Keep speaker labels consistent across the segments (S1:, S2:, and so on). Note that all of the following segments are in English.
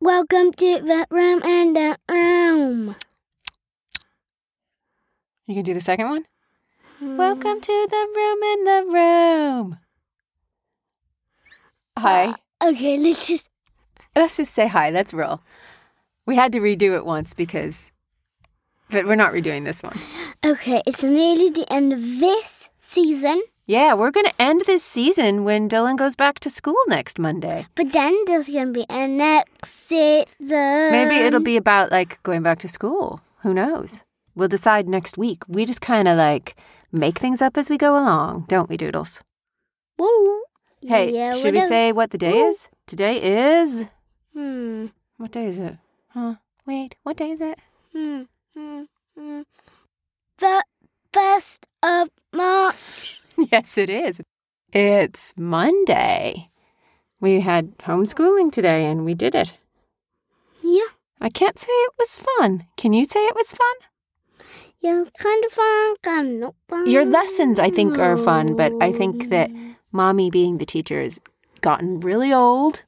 S1: Welcome to the room and the room.
S2: You can do the second one. Welcome to the room in the room. Hi.
S1: Okay, let's just.
S2: Let's just say hi. Let's roll. We had to redo it once because, but we're not redoing this one.
S1: Okay, it's nearly the end of this season,
S2: Yeah, we're going to end this season when Dylan goes back to school next Monday.
S1: but then there's gonna be a next season.
S2: Maybe it'll be about like going back to school. Who knows? We'll decide next week. We just kind of like make things up as we go along, don't we, Doodles?
S1: Whoa.
S2: Hey,
S1: Yeah,
S2: should we
S1: whatever.
S2: say what the day
S1: Woo.
S2: is? Today is.
S1: Hmm.
S2: What day is it? Huh? Wait, what day is it?
S1: Hmm. Hmm. Hmm. The first of March.
S2: yes, it is. It's Monday. We had homeschooling today and we did it.
S1: Yeah.
S2: I can't say it was fun. Can you say it was fun?
S1: Yeah, it's kind of fun, kind of not fun. Hmm,
S2: Your lessons, I think, are fun, but I think that mommy being the teacher has gotten really old,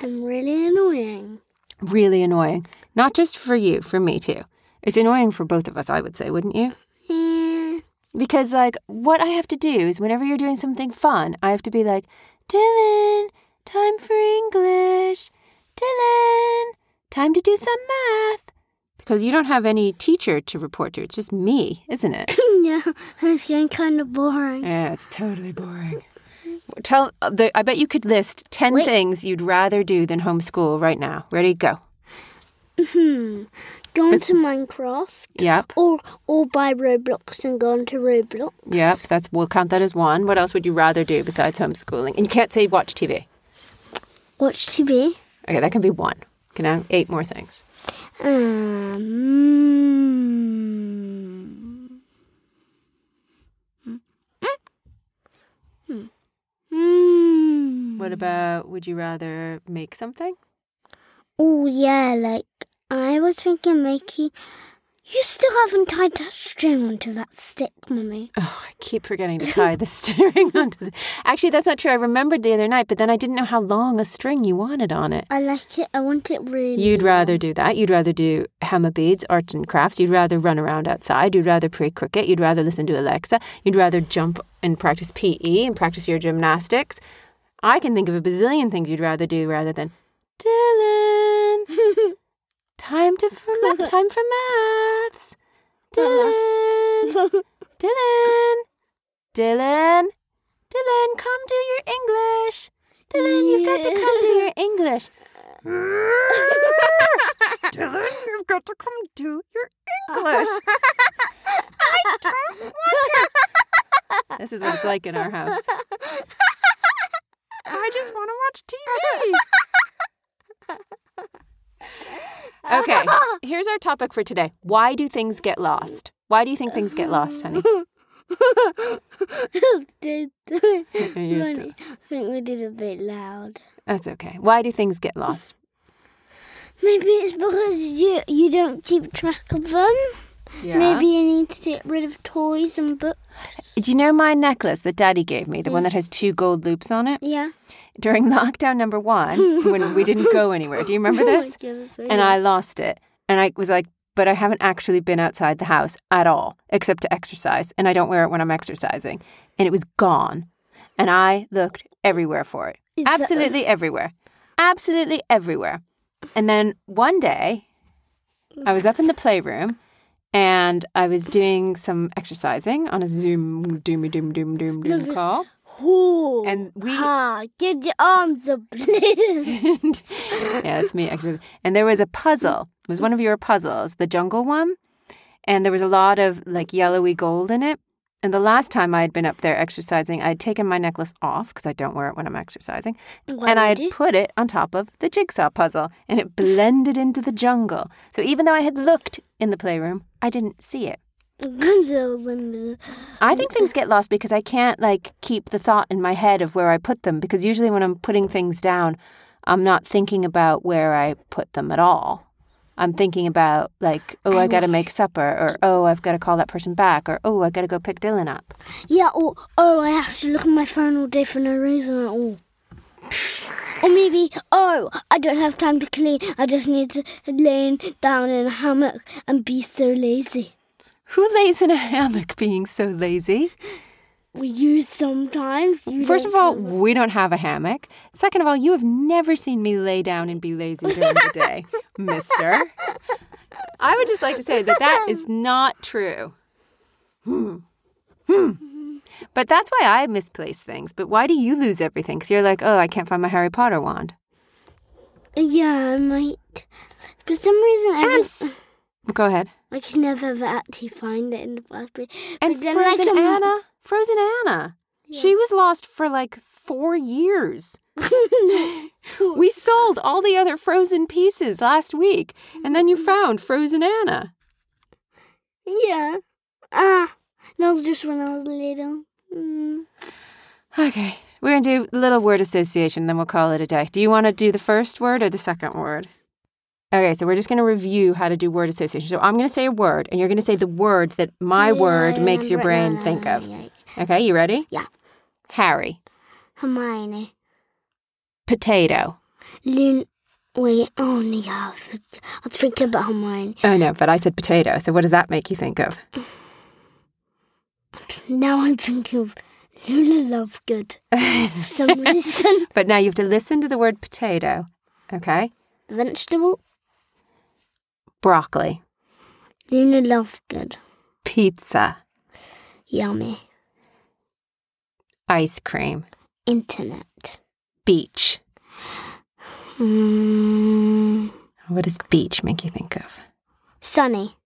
S1: I'm really annoying.
S2: really annoying. Not just for you, for me too. It's annoying for both of us, I would say, wouldn't you?
S1: Yeah.
S2: Because, like, what I have to do is whenever you're doing something fun, I have to be like, Dylan, time for English. Dylan, time to do some math. Because you don't have any teacher to report to. It's just me, isn't it?
S1: yeah, it's getting kind of boring.
S2: yeah, it's totally boring. Tell, the, I bet you could list 10
S1: Wait.
S2: things you'd rather do than homeschool right now. Ready, go.
S1: Hmm. Going to Minecraft
S2: Yep,
S1: or or buy Roblox and go into Roblox.
S2: yep. That's We'll count that as one. What else would you rather do besides homeschooling? And you can't say watch TV.
S1: Watch TV.
S2: Okay, that can be one. Can I have eight more things?
S1: Um. Hmm. Hmm.
S2: What about would you rather make something?
S1: Oh yeah, like I was thinking, making. You still haven't tied that string onto that stick, mummy.
S2: Oh, I keep forgetting to tie the string onto the. Actually, that's not true. I remembered the other night, but then I didn't know how long a string you wanted on it.
S1: I like it. I want it really.
S2: You'd rather do that. You'd rather do hammer beads, arts and crafts. You'd rather run around outside. You'd rather play cricket. You'd rather listen to Alexa. You'd rather jump and practice PE and practice your gymnastics. I can think of a bazillion things you'd rather do rather than Dylan. Time to for ma- time for maths. Dylan, Dylan, Dylan, Dylan, come do your English. Dylan, you've got to come do your English. Dylan, you've got to come do your English. This is what it's like in our house. I just want to watch TV. Okay, here's our topic for today. Why do things get lost? Why do you think things get lost, honey?
S1: did
S2: you're still-
S1: Funny. I think we did a bit loud.
S2: That's okay. Why do things get lost?
S1: Maybe it's because you you don't keep track of them. Maybe you need to get rid of toys and books.
S2: Do you know my necklace that Daddy gave me, the one that has two gold loops on it?
S1: Yeah.
S2: During lockdown number one, when we didn't go anywhere. Do you
S1: Oh
S2: remember this? and I lost it. And I was like, but I haven't actually been outside the house at all, except to exercise. And I don't wear it when I'm exercising. And it was gone. And I looked everywhere for it.
S1: It's uh, a-
S2: Absolutely everywhere. Absolutely everywhere. And then one day, I was up in the playroom and I was doing some exercising on a Zoom doom doom doom doom
S1: Love
S2: doom
S1: this.
S2: call.
S1: Ooh.
S2: And we
S1: ha, get your arms up. Lyndon.
S2: and yeah, that's me. Actually. And there was a puzzle. It was one of your puzzles, the jungle one, and there was a lot of like yellowy gold in it. And the last time I had been up there exercising, I had taken my necklace off because I don't wear it when I'm exercising,
S1: Why
S2: and I
S1: would
S2: had
S1: you?
S2: put it on top of the jigsaw puzzle, and it blended into the jungle. So even though I had looked in the playroom, I didn't see it.
S1: So, Lyndon,
S2: I think things get lost because I can't like keep the thought in my head of where I put them because usually when I'm putting things down, I'm not thinking about where I put them at all. I'm thinking about like, oh, I got to make supper or oh, I've got to call that person back or oh, I got to go pick Dylan up.
S1: oh, Yeah, or oh, I have to look at my phone all day for no reason at all. Or maybe, oh, I don't have time to clean. I just need to lay down in a hammock and be so lazy.
S2: Who lays in a hammock being so lazy?
S1: We use sometimes. You
S2: First
S1: don't
S2: of all,
S1: have-
S2: we don't have a hammock. Second of all, you have never seen me lay down and be lazy during the day, mister. I would just like to say that that is not true. Hmm. Hmm. But that's why I misplace things. But why do you lose everything? Because you're like, oh, I can't find my Harry Potter wand.
S1: yeah, I might. For some reason, I, just,
S2: Go ahead.
S1: I can never ever actually find it in the first place.
S2: And
S1: But then, like,
S2: Frozen
S1: I'm-
S2: Anna. Frozen Anna. She was lost for like four years. we sold all the other frozen pieces last week, and then you found Frozen Anna.
S1: Yeah. Ah, no, just when I was little. Mm.
S2: Okay, we're gonna do a little word association, then we'll call it a day. Do you want to do the first word or the second word? Okay, so we're just gonna review how to do word association. So I'm gonna say a word, and you're gonna say the word that my
S1: Yeah,
S2: word
S1: I
S2: makes your brain
S1: remember it now.
S2: think of.
S1: Yeah.
S2: Okay, you ready?
S1: Yeah.
S2: Harry.
S1: Hermione.
S2: Potato.
S1: Lun. Wait, oh yeah, I was- I was thinking about Hermione.
S2: Oh no, but I said potato. So what does that make you think of?
S1: Now I'm thinking of Luna Lovegood for some reason.
S2: But now you have to listen to the word potato. Okay?
S1: Vegetable?
S2: Broccoli.
S1: Luna Lovegood.
S2: Pizza.
S1: Yummy.
S2: Ice cream.
S1: Internet.
S2: Beach.
S1: Mm.
S2: What does beach make you think of?
S1: Sunny.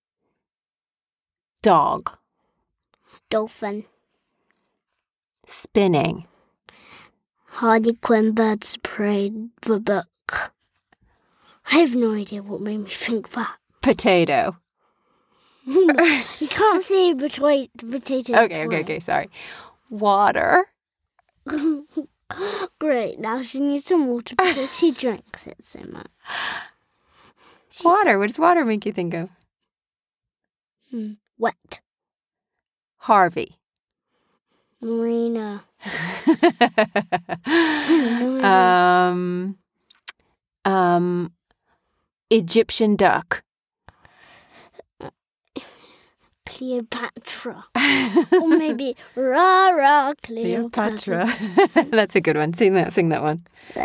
S2: Dog.
S1: Dolphin.
S2: Spinning.
S1: Hardy Quinn Birds of Prey. The book. I have no idea what made me think that.
S2: Potato.
S1: you can't see between potato.
S2: Okay, okay, okay, sorry. Water.
S1: Great. Now she needs some water because she drinks it so much.
S2: Water. What does water make you think of?
S1: Hmm. Wet.
S2: Harvey. Oh
S1: Marina.
S2: um, um, Egyptian duck.
S1: Cleopatra.
S2: Oh,
S1: or maybe Ra Ra Cleopatra.
S2: Cleopatra. That's a good one. Sing that. Sing that one.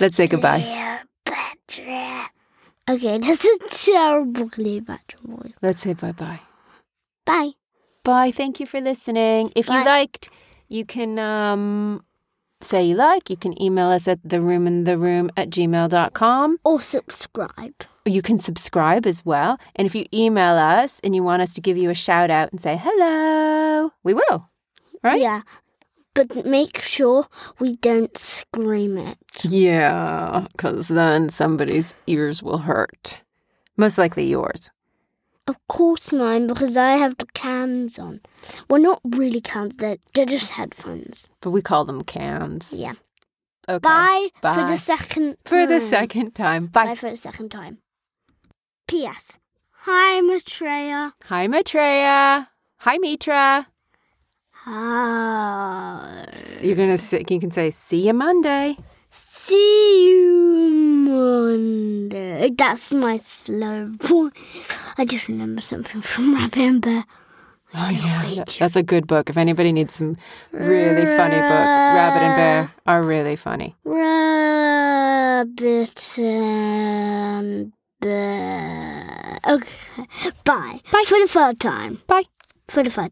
S2: Let's say goodbye.
S1: Cleopatra. Okay, that's a terrible Cleopatra voice.
S2: Let's say bye bye.
S1: Bye.
S2: Bye. Thank you for listening. If you
S1: Bye.
S2: liked, you can um, say you like. You can email us at the room in the room at gmail.com.
S1: Or subscribe.
S2: You can subscribe as well. And if you email us and you want us to give you a shout out and say hello, we will. Right?
S1: Yeah. But make sure we don't scream it.
S2: Yeah. Because then somebody's ears will hurt. Most likely yours.
S1: Of course mine, because I have the cans on. Well, not really cans, they're, they're just headphones.
S2: But we call them cans.
S1: Yeah.
S2: Okay.
S1: Bye, for
S2: Bye.
S1: the second
S2: For the
S1: time.
S2: second time.
S1: Bye.
S2: Bye.
S1: for the second time. P.S. Hi, Maitreya.
S2: Hi, Maitreya. Hi, Mitra.
S1: Hi.
S2: You're gonna say, you can say see you Monday.
S1: See you Monday. That's my slow voice. I just remember something from Rabbit and Bear.
S2: Oh
S1: wait.
S2: That- that's a good book. If anybody needs some really funny books, Rabbit and Bear are really funny.
S1: Rabbit and Bear. Okay. Bye. Bye. For the third time.
S2: Bye.
S1: For the third